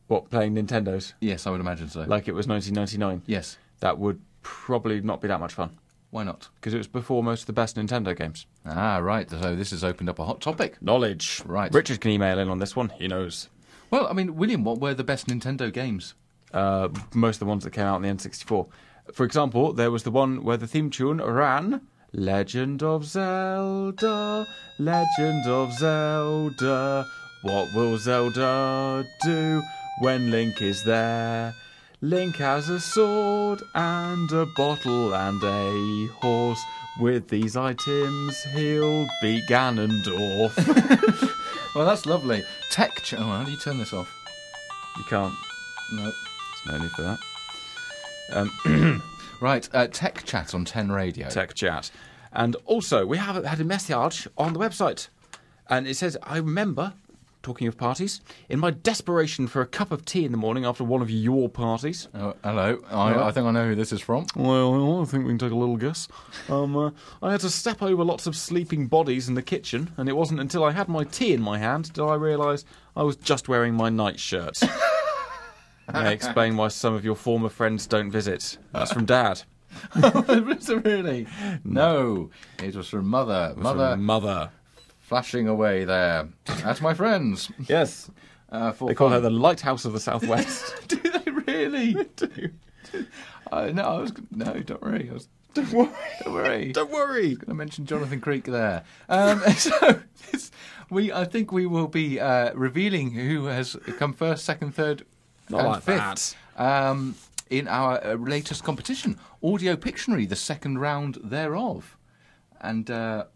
Speaker 6: What, playing Nintendos?
Speaker 1: Yes, I would imagine so.
Speaker 6: Like it was 1999?
Speaker 1: yes,
Speaker 6: That would probably not be that much fun
Speaker 1: why not?
Speaker 6: because it was before most of the best Nintendo games.
Speaker 1: Ah, right. So this has opened up a hot topic.
Speaker 6: Knowledge.
Speaker 1: Right.
Speaker 6: Richard can email in on this one. He knows.
Speaker 1: Well, I mean, William, what were the best Nintendo games?
Speaker 6: uh, most of the ones that came out on the N64. For example, there was the one where the theme tune ran Legend of Zelda, Legend of Zelda. What will Zelda do when Link is there? Link has a sword and a bottle and a horse. With these items, he'll beat Ganondorf.
Speaker 1: Well, that's lovely. Tech. Ch- oh, how do you turn this off?
Speaker 6: you can't.
Speaker 1: No.
Speaker 6: There's no need for that.
Speaker 1: Right. Uh, tech chat on Ten Radio.
Speaker 6: Tech Chat. And also, we have had a message on the website. And it says, I remember, talking of parties, in my desperation for a cup of tea in the morning after one of your parties. Um,
Speaker 1: Oh, hello. I, I think I know who this is from.
Speaker 6: Well, I think we can take a little guess. Um, uh, I had to step over lots of sleeping bodies in the kitchen, and it wasn't until I had my tea in my hand did I realise I was just wearing my nightshirt. I explain why some of your former friends don't visit. That's from Dad.
Speaker 1: Was it really? No. It was from Mother. Mother
Speaker 6: From Mother.
Speaker 1: flashing away there. That's my friends.
Speaker 6: Yes.
Speaker 1: Uh, for
Speaker 6: They call her
Speaker 1: fun.
Speaker 6: the Lighthouse of the Southwest.
Speaker 1: Do they really? do. Uh, no, I was. No, don't worry. I was, don't worry. Don't worry.
Speaker 6: Don't worry.
Speaker 1: I mentioned Jonathan Creek there. Um, so this, we, I think we will be uh, revealing who has come first, second, third,
Speaker 6: Not
Speaker 1: and
Speaker 6: like
Speaker 1: fifth Um, in our uh, latest competition, Audio Pictionary, the second round thereof, and uh,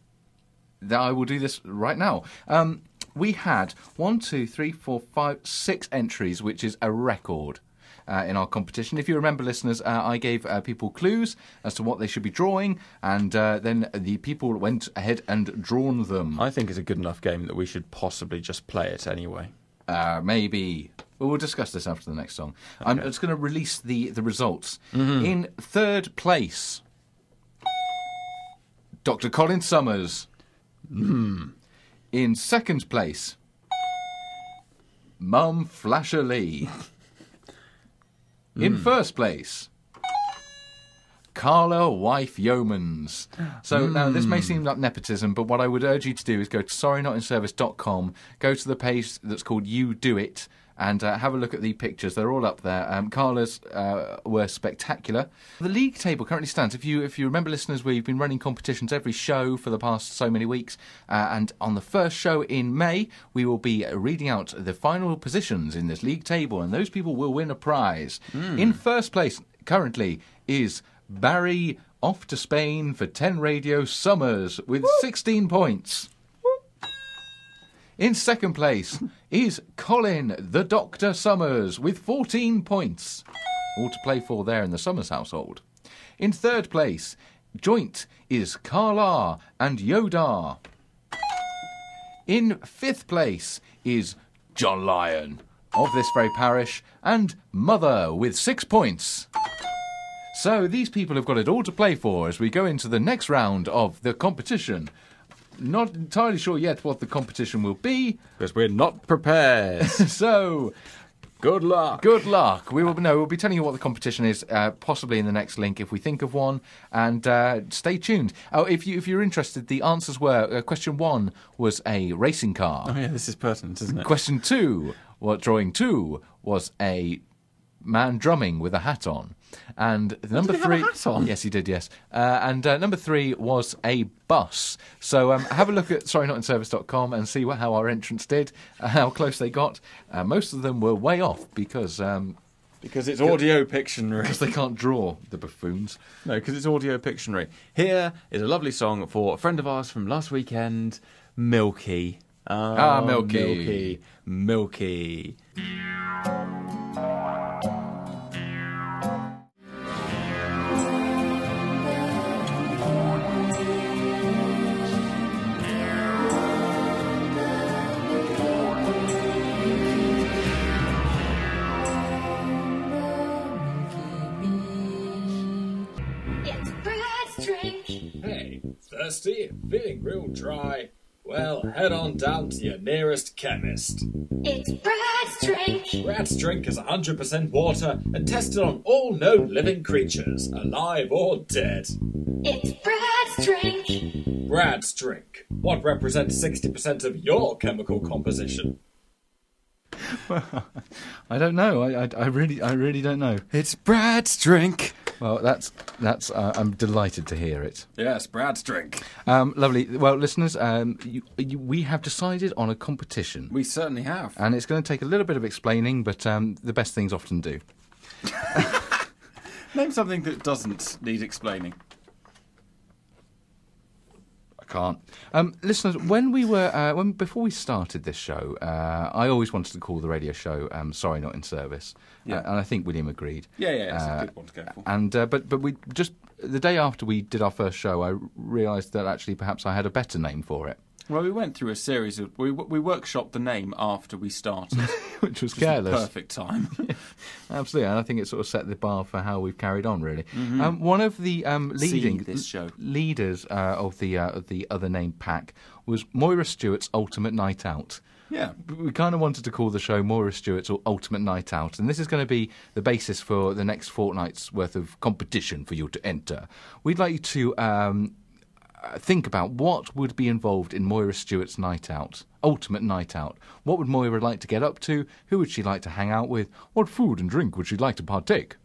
Speaker 1: th- I will do this right now. Um, we had one, two, three, four, five, six entries, which is a record. Uh, in our competition. If you remember, listeners, uh, I gave uh, people clues as to what they should be drawing, and uh, then the people went ahead and drawn them.
Speaker 6: I think it's a good enough game that we should possibly just play it anyway.
Speaker 1: Uh, maybe. Well, we'll discuss this after the next song. I'm just going to release the, the results. In third place, Dr. Colin Summers. In second place, Mum Flasher Lee. In first place, Carla Wife Yeomans. So now this may seem like nepotism, but what I would urge you to do is go to sorrynotinservice.com, go to the page that's called You Do It, and uh, have a look at the pictures. They're all up there. Um, Carla's uh, were spectacular. The league table currently stands. If you if you remember, listeners, we've been running competitions every show for the past so many weeks, uh, and on the first show in May, we will be uh, reading out the final positions in this league table, and those people will win a prize. In first place currently is Barry off to Spain for 10 Radio Summers with 16 points. In second place is Colin the Doctor Summers with 14 points. All to play for there in the Summers household. In third place, joint is Carla and Yodar. In fifth place is John Lyon of this very parish and Mother with six points. So these people have got it all to play for as we go into the next round of the competition. Not entirely sure yet what the competition will be,
Speaker 6: Because we're not prepared.
Speaker 1: so
Speaker 6: good luck.
Speaker 1: good luck. We will no, we'll be telling you what the competition is, uh, possibly in the next link if we think of one. And uh, stay tuned. Oh, if you if you're interested, the answers were uh, question one was a racing car.
Speaker 6: Yeah, this is pertinent, isn't it?
Speaker 1: Question two, what drawing two was a man drumming with a hat on, and number
Speaker 6: he have a
Speaker 1: three.
Speaker 6: hat on?
Speaker 1: Yes, he did. Yes, uh, and uh, number three was a bus. So um, have a look at sorrynotinservice.com and see what, how our entrants did, uh, how close they got. Uh, most of them were way off because um,
Speaker 6: Because it's audio pictionary.
Speaker 1: 'cause they can't draw the buffoons.
Speaker 6: No, because it's audio pictionary. Here is a lovely song for a friend of ours from last weekend, Milky. Oh,
Speaker 1: Ah, Milky.
Speaker 6: Milky. Milky.
Speaker 4: It's Brad's drink.
Speaker 7: Hey, thirsty? Feeling real dry? Well, head on down to your nearest chemist.
Speaker 4: It's Brad's drink.
Speaker 7: Rat's drink is 100% water and tested on all known living creatures, alive or dead.
Speaker 4: It's Brad's drink.
Speaker 7: Brad's drink. What represents 60% of your chemical composition?
Speaker 1: I don't know. I, I, I really I really don't know.
Speaker 6: It's Brad's drink.
Speaker 1: Well, that's that's. Uh, I'm delighted to hear it.
Speaker 6: Yes, Brad's drink.
Speaker 1: Um, lovely. Well, listeners, um, you, you, we have decided on a competition,
Speaker 6: We certainly have.
Speaker 1: and it's going to take a little bit of explaining, but um, the best things often do.
Speaker 6: Name something that doesn't need explaining.
Speaker 1: I can't. Um, listeners, when we were uh, when before we started this show, uh, I always wanted to call the radio show um, "Sorry, Not in Service," yeah. and I think William agreed.
Speaker 6: Yeah, yeah, it's a good one to go for.
Speaker 1: And uh, but but we just the day after we did our first show, I realised that actually perhaps I had a better name for it,
Speaker 6: Well, we went through a series of. We, we workshopped the name after we started.
Speaker 1: which was
Speaker 6: Which was the
Speaker 1: careless.
Speaker 6: perfect time.
Speaker 1: Absolutely, and I think it sort of set the bar for how we've carried on. Really, um, one of the um, leading
Speaker 6: Mm-hmm. this show.
Speaker 1: leaders uh, of the uh, of the other name pack was Moira Stewart's Ultimate Night Out.
Speaker 6: yeah.
Speaker 1: We kind of wanted to call the show Moira Stewart's or Ultimate Night Out, and this is going to be the basis for the next fortnight's worth of competition for you to enter. We'd like you to um, uh, think about what would be involved in Moira Stewart's night out, ultimate night out. What would Moira like to get up to? Who would she like to hang out with? What food and drink would she like to partake?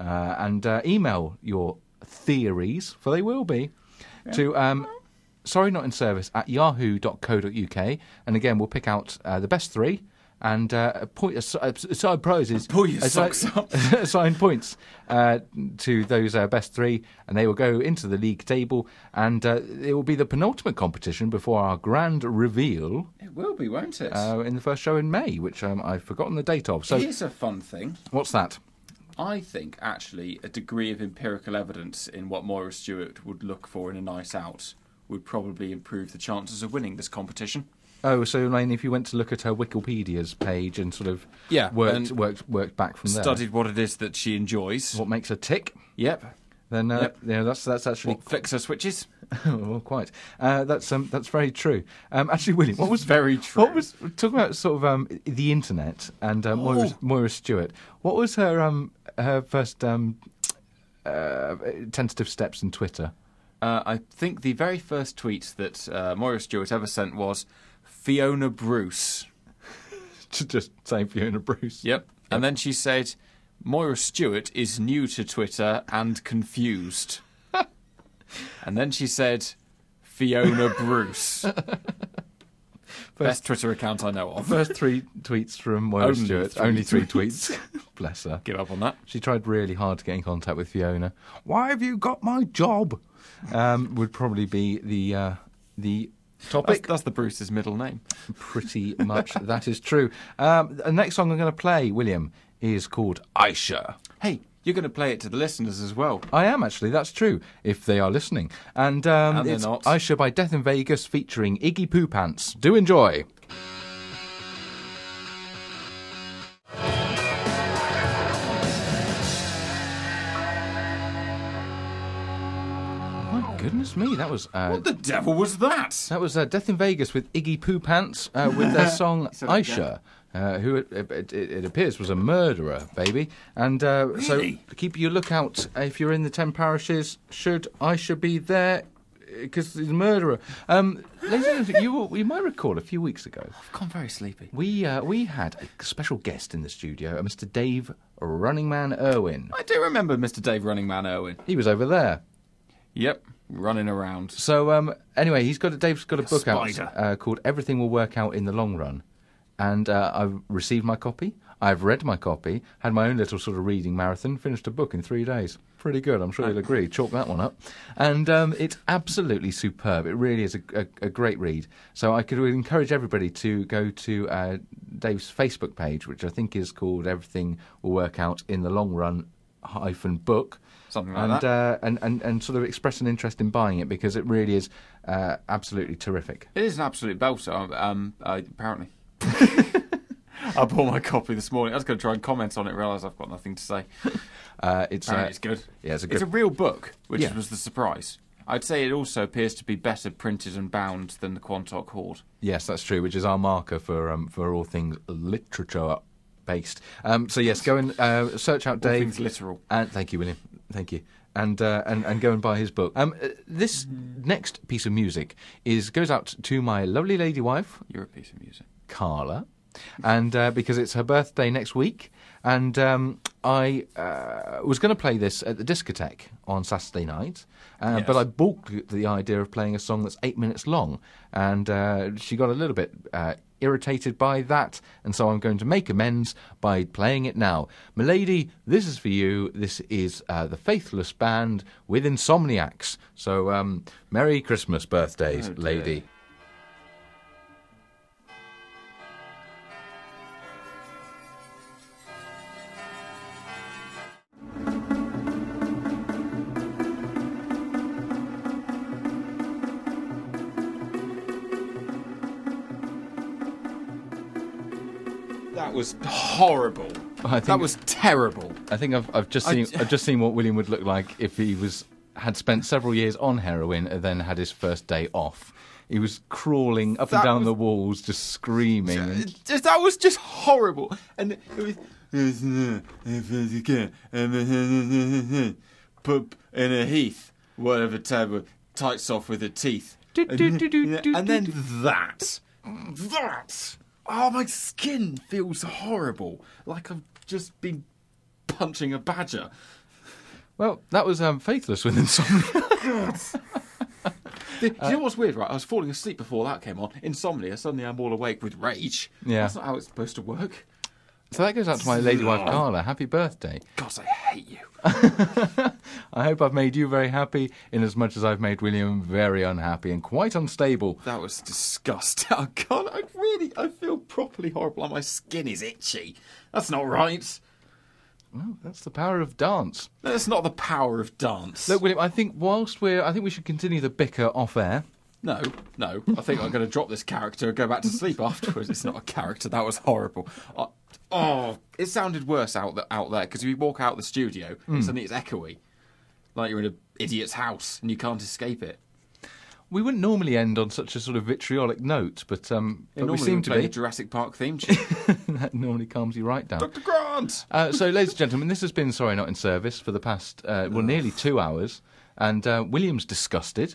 Speaker 1: Uh, and uh, email your theories, for they will be, to um, sorry not in service at yahoo.co.uk. And again, we'll pick out uh, the best three. and uh, point ass- uh, assign prizes.
Speaker 6: Pull your
Speaker 1: assign-
Speaker 6: socks up.
Speaker 1: assign points uh, to those uh, best three, and they will go into the league table. And uh, it will be the penultimate competition before our grand reveal
Speaker 6: It will be, won't it?
Speaker 1: uh, in the first show in May, which um, I've forgotten the date of. So,
Speaker 6: Here's a fun thing.
Speaker 1: what's that?
Speaker 6: I think actually a degree of empirical evidence in what Moira Stewart would look for in a night out would probably improve the chances of winning this competition.
Speaker 1: Oh, so Lane, if you went to look at her Wikipedia's page and sort of
Speaker 6: Yeah,
Speaker 1: worked
Speaker 6: and
Speaker 1: worked worked back from there,
Speaker 6: Studied what it is that she enjoys.
Speaker 1: what makes her tick,
Speaker 6: Yep.
Speaker 1: then uh,
Speaker 6: Yep.
Speaker 1: yeah, that's that's actually
Speaker 6: What flicks her switches?
Speaker 1: well, quite. Uh, that's um, that's very true. Um, actually, William, what was
Speaker 6: Very true.
Speaker 1: What was talking about sort of um, the internet and uh, Moira,
Speaker 6: Oh.
Speaker 1: Moira Stewart? What was her um, her first um, uh, tentative steps in Twitter?
Speaker 6: Uh, I think the very first tweet that uh, Moira Stewart ever sent was Fiona Bruce.
Speaker 1: to just say Fiona Bruce.
Speaker 6: Yep. And then she said, Moira Stewart is new to Twitter and confused. and then she said, Fiona Bruce. Best Twitter account I know of.
Speaker 1: First three tweets from Moira
Speaker 6: Only
Speaker 1: Stewart.
Speaker 6: three
Speaker 1: only three tweets. Bless her.
Speaker 6: Give up on that.
Speaker 1: She tried really hard to get in contact with Fiona. Why have you got my job? Um, would probably be the uh, the
Speaker 6: That's,
Speaker 1: topic.
Speaker 6: that's the Bruce's middle name.
Speaker 1: Pretty much that is true. Um, the next song I'm going to play, William, is called Aisha.
Speaker 6: Hey, you're going to play it to the listeners as well.
Speaker 1: I am actually. That's true. If they are listening, and, um,
Speaker 6: And they're
Speaker 1: it's
Speaker 6: not.
Speaker 1: Aisha by Death in Vegas featuring Iggy Poo Pants. Do enjoy. My Goodness me, that was uh,
Speaker 6: What the devil was that?
Speaker 1: that was uh, Death in Vegas with Iggy Poo Pants uh, with their song
Speaker 6: it again.
Speaker 1: Aisha, uh, who it, it, it- it appears was a murderer, baby. And uh,
Speaker 6: Really?
Speaker 1: so keep your lookout if you're in the 10 parishes. Should Aisha be there? Because he's a murderer. Um, ladies and gentlemen, you, will- you might recall a few weeks ago,
Speaker 6: I've gone very sleepy.
Speaker 1: we, uh, we had a special guest in the studio, a Mr. Dave Running Man Irwin.
Speaker 6: I do remember Mr. Dave Running Man Irwin.
Speaker 1: He was over there.
Speaker 6: Yep, running around.
Speaker 1: So um, anyway, he's got a, Dave's got a book
Speaker 6: spider.
Speaker 1: out uh, called "Everything Will Work Out in the Long Run," and uh, I've received my copy. I've read my copy, had my own little sort of reading marathon, finished a book in three days. Pretty good, I'm sure you'll agree. Chalk that one up. And um, it's absolutely superb. It really is a, a, a great read. So I could encourage everybody to go to uh, Dave's Facebook page, which I think is called Everything Will Work Out in the Long Run hyphen book
Speaker 6: Something like
Speaker 1: and,
Speaker 6: that.
Speaker 1: Uh, and, and, and sort of express an interest in buying it because it really is uh, absolutely terrific.
Speaker 6: It is an absolute belter, um, uh, apparently. I bought my copy this morning. I was going to try and comment on it, realise I've got nothing to say.
Speaker 1: Uh, it's, uh,
Speaker 6: Apparently it's good.
Speaker 1: Yeah, it's a good.
Speaker 6: real book, which
Speaker 1: Yeah.
Speaker 6: was the surprise. I'd say it also appears to be better printed and bound than the Quantock Horde.
Speaker 1: yes, that's true, which is our marker for um, for all things literature based. Um, so yes, go and uh, search out Dave.
Speaker 6: things literal.
Speaker 1: And thank you, William. Thank you. And, uh, and and go and buy his book. Um, uh, this
Speaker 6: Mm-hmm.
Speaker 1: next piece of music is goes out to my lovely lady wife,
Speaker 6: You're a piece of music.
Speaker 1: Carla, and uh, because it's her birthday next week, and um, I uh, was going to play this at the discotheque on Saturday night, uh, but I balked at the idea of playing a song that's eight minutes long, and uh, she got a little bit. Uh, Irritated by that, and so I'm going to make amends by playing it now. Milady, this is for you. This is uh, the Faithless Band with Insomniacs. So, um, Merry Christmas, birthdays, lady.
Speaker 6: That was horrible.
Speaker 1: I think-
Speaker 6: that was terrible.
Speaker 1: I think I've, I've just
Speaker 6: I
Speaker 1: seen
Speaker 6: d-
Speaker 1: I, have just seen what William would look like if he was had spent several years on heroin and then had his first day off. He was crawling up and
Speaker 6: That
Speaker 1: down
Speaker 6: was-
Speaker 1: the walls, just screaming. and-
Speaker 6: It just- that was just horrible. And it was. Poop in a heath, whatever tab with tights off with her teeth. And then that. That. Oh, my skin feels horrible. Like I've just been punching a badger.
Speaker 1: well, that was um, faithless with insomnia.
Speaker 6: Do you know what's weird, right? I was falling asleep before that came on. Insomnia. Suddenly I'm all awake with rage.
Speaker 1: Yeah.
Speaker 6: That's not how it's supposed to work.
Speaker 1: So that goes out to my lady wife Carla. Happy birthday.
Speaker 6: God, I hate you.
Speaker 1: I hope I've made you very happy, in as much as I've made William very unhappy and quite unstable.
Speaker 6: That was disgusting. I can't. I really. I feel properly horrible. and My skin is itchy. That's not right.
Speaker 1: Well, that's the power of dance.
Speaker 6: That's not the power of dance.
Speaker 1: Look, William, I think whilst we're, I think we should continue the bicker off air.
Speaker 6: No, no. I think I'm going to drop this character and go back to sleep afterwards. It's not a character. That was horrible. I, oh, it sounded worse out the, out there because you walk out the studio
Speaker 1: Hmm.
Speaker 6: and suddenly it's echoey, like you're in an idiot's house and you can't escape it.
Speaker 1: We wouldn't normally end on such a sort of vitriolic note, but um,
Speaker 6: It
Speaker 1: but we
Speaker 6: normally
Speaker 1: seem
Speaker 6: would
Speaker 1: to
Speaker 6: play
Speaker 1: be.
Speaker 6: the Jurassic Park theme tune.
Speaker 1: that normally calms you right down.
Speaker 6: Dr. Grant.
Speaker 1: Uh, so, ladies and gentlemen, this has been Sorry Not in Service for the past, uh, well, nearly two hours. And uh, William's disgusted.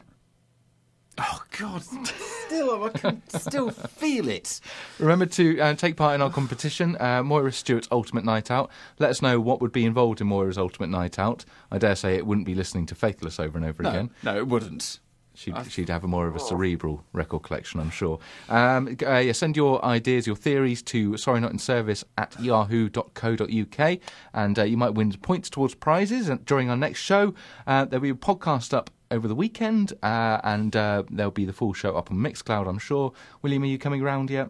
Speaker 6: Oh God! Still, I can still feel it.
Speaker 1: Remember to uh, take part in our competition, uh, Moira Stewart's Ultimate Night Out. Let us know what would be involved in Moira's Ultimate Night Out. I dare say it wouldn't be listening to Faithless over and over again.
Speaker 6: No, it wouldn't.
Speaker 1: She'd, she'd have a more of a cerebral record collection, I'm sure. Um, g- uh, yeah, send your ideas, your theories to sorry not in service at yahoo.co.uk, and uh, you might win points towards prizes. And during our next show, uh, there'll be a podcast up over the weekend, uh, and uh, there'll be the full show up on Mixcloud, I'm sure. William, are you coming round yet?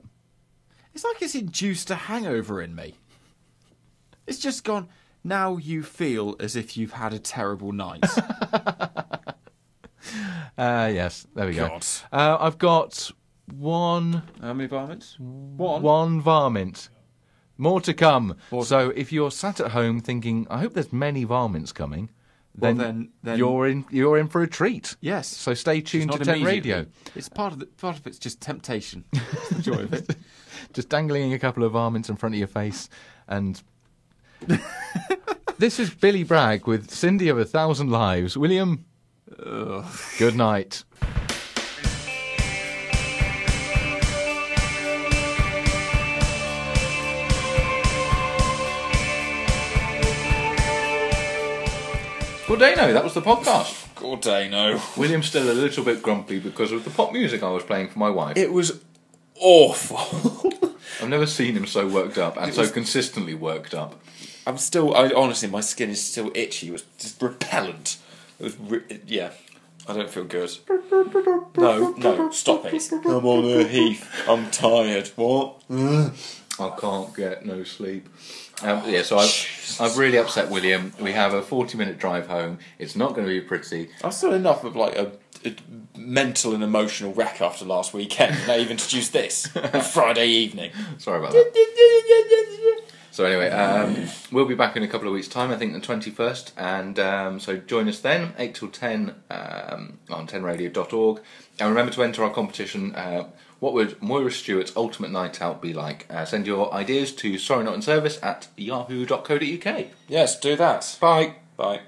Speaker 6: It's like it's induced a hangover in me. It's just gone. Now you feel as if you've had a terrible night.
Speaker 1: Uh, yes, there we
Speaker 6: God.
Speaker 1: go. Uh, I've got one
Speaker 6: How many varmints? One.
Speaker 1: One varmint. More to come. so if you're sat at home thinking, I hope there's many varmints coming,
Speaker 6: Well,
Speaker 1: then,
Speaker 6: then- then-
Speaker 1: you're in you're in for a treat.
Speaker 6: Yes.
Speaker 1: So stay tuned to
Speaker 6: Not
Speaker 1: Ten
Speaker 6: immediately.
Speaker 1: Radio.
Speaker 6: It's part of the, part of it's just temptation. It's the joy of it.
Speaker 1: Just dangling a couple of varmints in front of your face and This is Billy Bragg with Cindy of a Thousand Lives. William Good night.
Speaker 10: Well, Dano, that was the podcast. God, Dano. William's still a little bit grumpy because of the pop music I was playing for my wife.
Speaker 6: It was awful.
Speaker 10: I've never seen him so worked up and so consistently worked up.
Speaker 2: I'm still. I honestly, my skin is still itchy. It was just repellent. It was. Re- it- yeah, I don't feel good. No, no, stop it. I'm on a heath. I'm tired. What?
Speaker 10: I can't get no sleep. Um, yeah, so I've, I've really upset William. We have a 40 minute drive home. It's not going to be pretty.
Speaker 2: I still enough of like a, a mental and emotional wreck after last weekend. Now you've introduced this on Friday evening.
Speaker 10: Sorry about that. So anyway, um, we'll be back in a couple of weeks' time. I think the twenty first, and um, so join us then, eight till ten um, on tenradio.org. And remember to enter our competition. Uh, what would Moira Stewart's ultimate night out be like? Uh, send your ideas to sorry not in service at yahoo.co.uk.
Speaker 2: Yes, do that.
Speaker 10: Bye.
Speaker 2: Bye.